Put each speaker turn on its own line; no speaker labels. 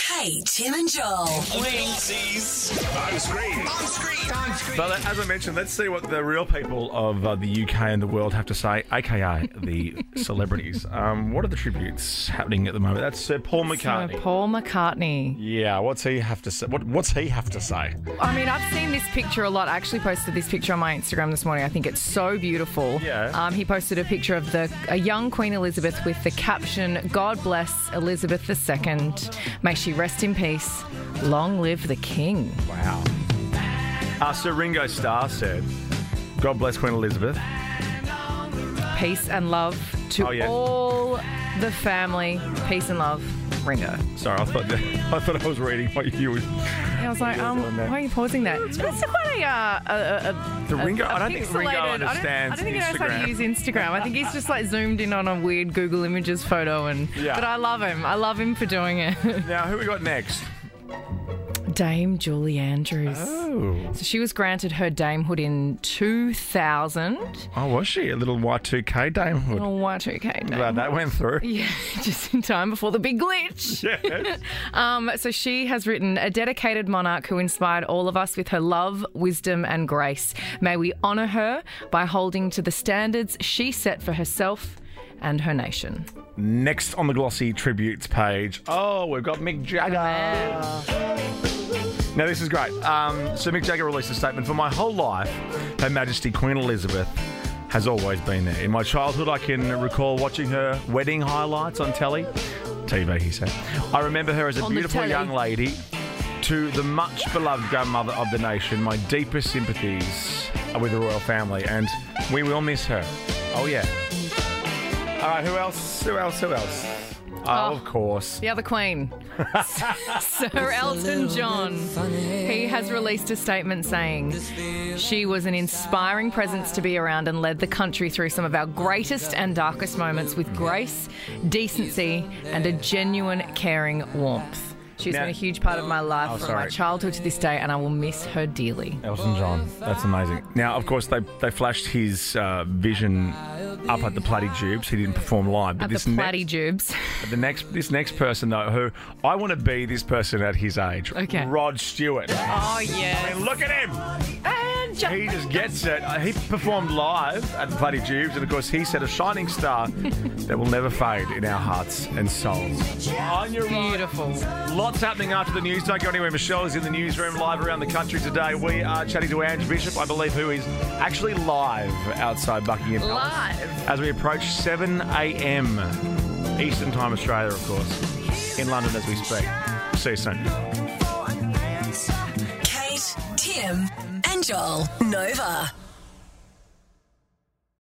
Hey, Tim and Joel.
Linksies. On screen. On screen. On screen.
But uh, as I mentioned, let's see what the real people of uh, the UK and the world have to say, aka the celebrities. Um, what are the tributes happening at the moment? That's Sir Paul McCartney.
So Paul McCartney.
yeah, what's he have to say? What, what's he have to say?
I mean, I've seen this picture a lot. I actually posted this picture on my Instagram this morning. I think it's so beautiful.
Yeah.
Um, he posted a picture of the a young Queen Elizabeth with the caption "God bless Elizabeth II. May she rest in peace. Long live the King."
Wow. Uh, Sir Ringo Starr said, "God bless Queen Elizabeth."
Peace and love to
Oh, yeah.
all the family. Peace and love, Ringo.
Sorry, I thought I thought I was reading what you were.
And I was like, um,
doing
why
that.
are you pausing that? That's quite a, uh, a, a, a
The Ringo.
I
I I don't think Ringo understands
I don't, think he knows how
Instagram.
to use Instagram. I think he's just like zoomed in on a weird Google Images photo, and
Yeah.
but I love him. I love him for doing it.
now, who we got next?
Dame Julie Andrews.
Oh,
So she was granted her damehood in 2000.
oh, was she a little Y2K dame?
Oh,
hood?
Y2K. Dame.
Glad that went through.
Yeah, just in time before the big glitch.
Yes.
Um, so she has written a dedicated monarch who inspired all of us with her love, wisdom, and grace. May we honour her by holding to the standards she set for herself and her nation.
Next on the glossy tributes page, oh, we've got Mick Jagger. Now, this is great. Um, so, Mick Jagger released a statement For my whole life, Her Majesty Queen Elizabeth has always been there. In my childhood, I can recall watching her wedding highlights on telly. TV, he said. I remember her as a
On the
beautiful
telly.
young lady. To the much beloved grandmother of the nation, my deepest sympathies are with the royal family, and we will miss her. Oh, yeah. All right, who else? Who else? Who else? Oh, of course.
The other queen, Sir Elton John. He has released a statement saying she was an inspiring presence to be around and led the country through some of our greatest and darkest moments with grace, decency, and a genuine caring warmth. She's
Now-
been a huge part of my life
Oh,
from
sorry.
my childhood to this day, and I will miss her dearly.
Elton John. That's amazing. Now, of course, they, they flashed his uh, vision up at the Platy Tubes. He didn't perform live, but
At the
this
platty
next,
jubes.
the next this next person though, who I want to be this person at his age.
Okay.
Rod Stewart.
Oh, yes.
And look at him.
And jump.
He just gets it. Uh, He performed live at the Platy Tubes, and of course, he set a shining star that will never fade in our hearts and souls. On your right.
Beautiful.
Lots happening after the news. Don't go anywhere. Michelle is in the newsroom live around the country today. We are chatting to Ange Bishop, I believe, who is actually live outside Buckingham Palace
Live.
as we approach 7 a.m. Eastern Time, Australia, of course, in London as we speak. See you soon.
Kate, Tim, and Joel. Nova.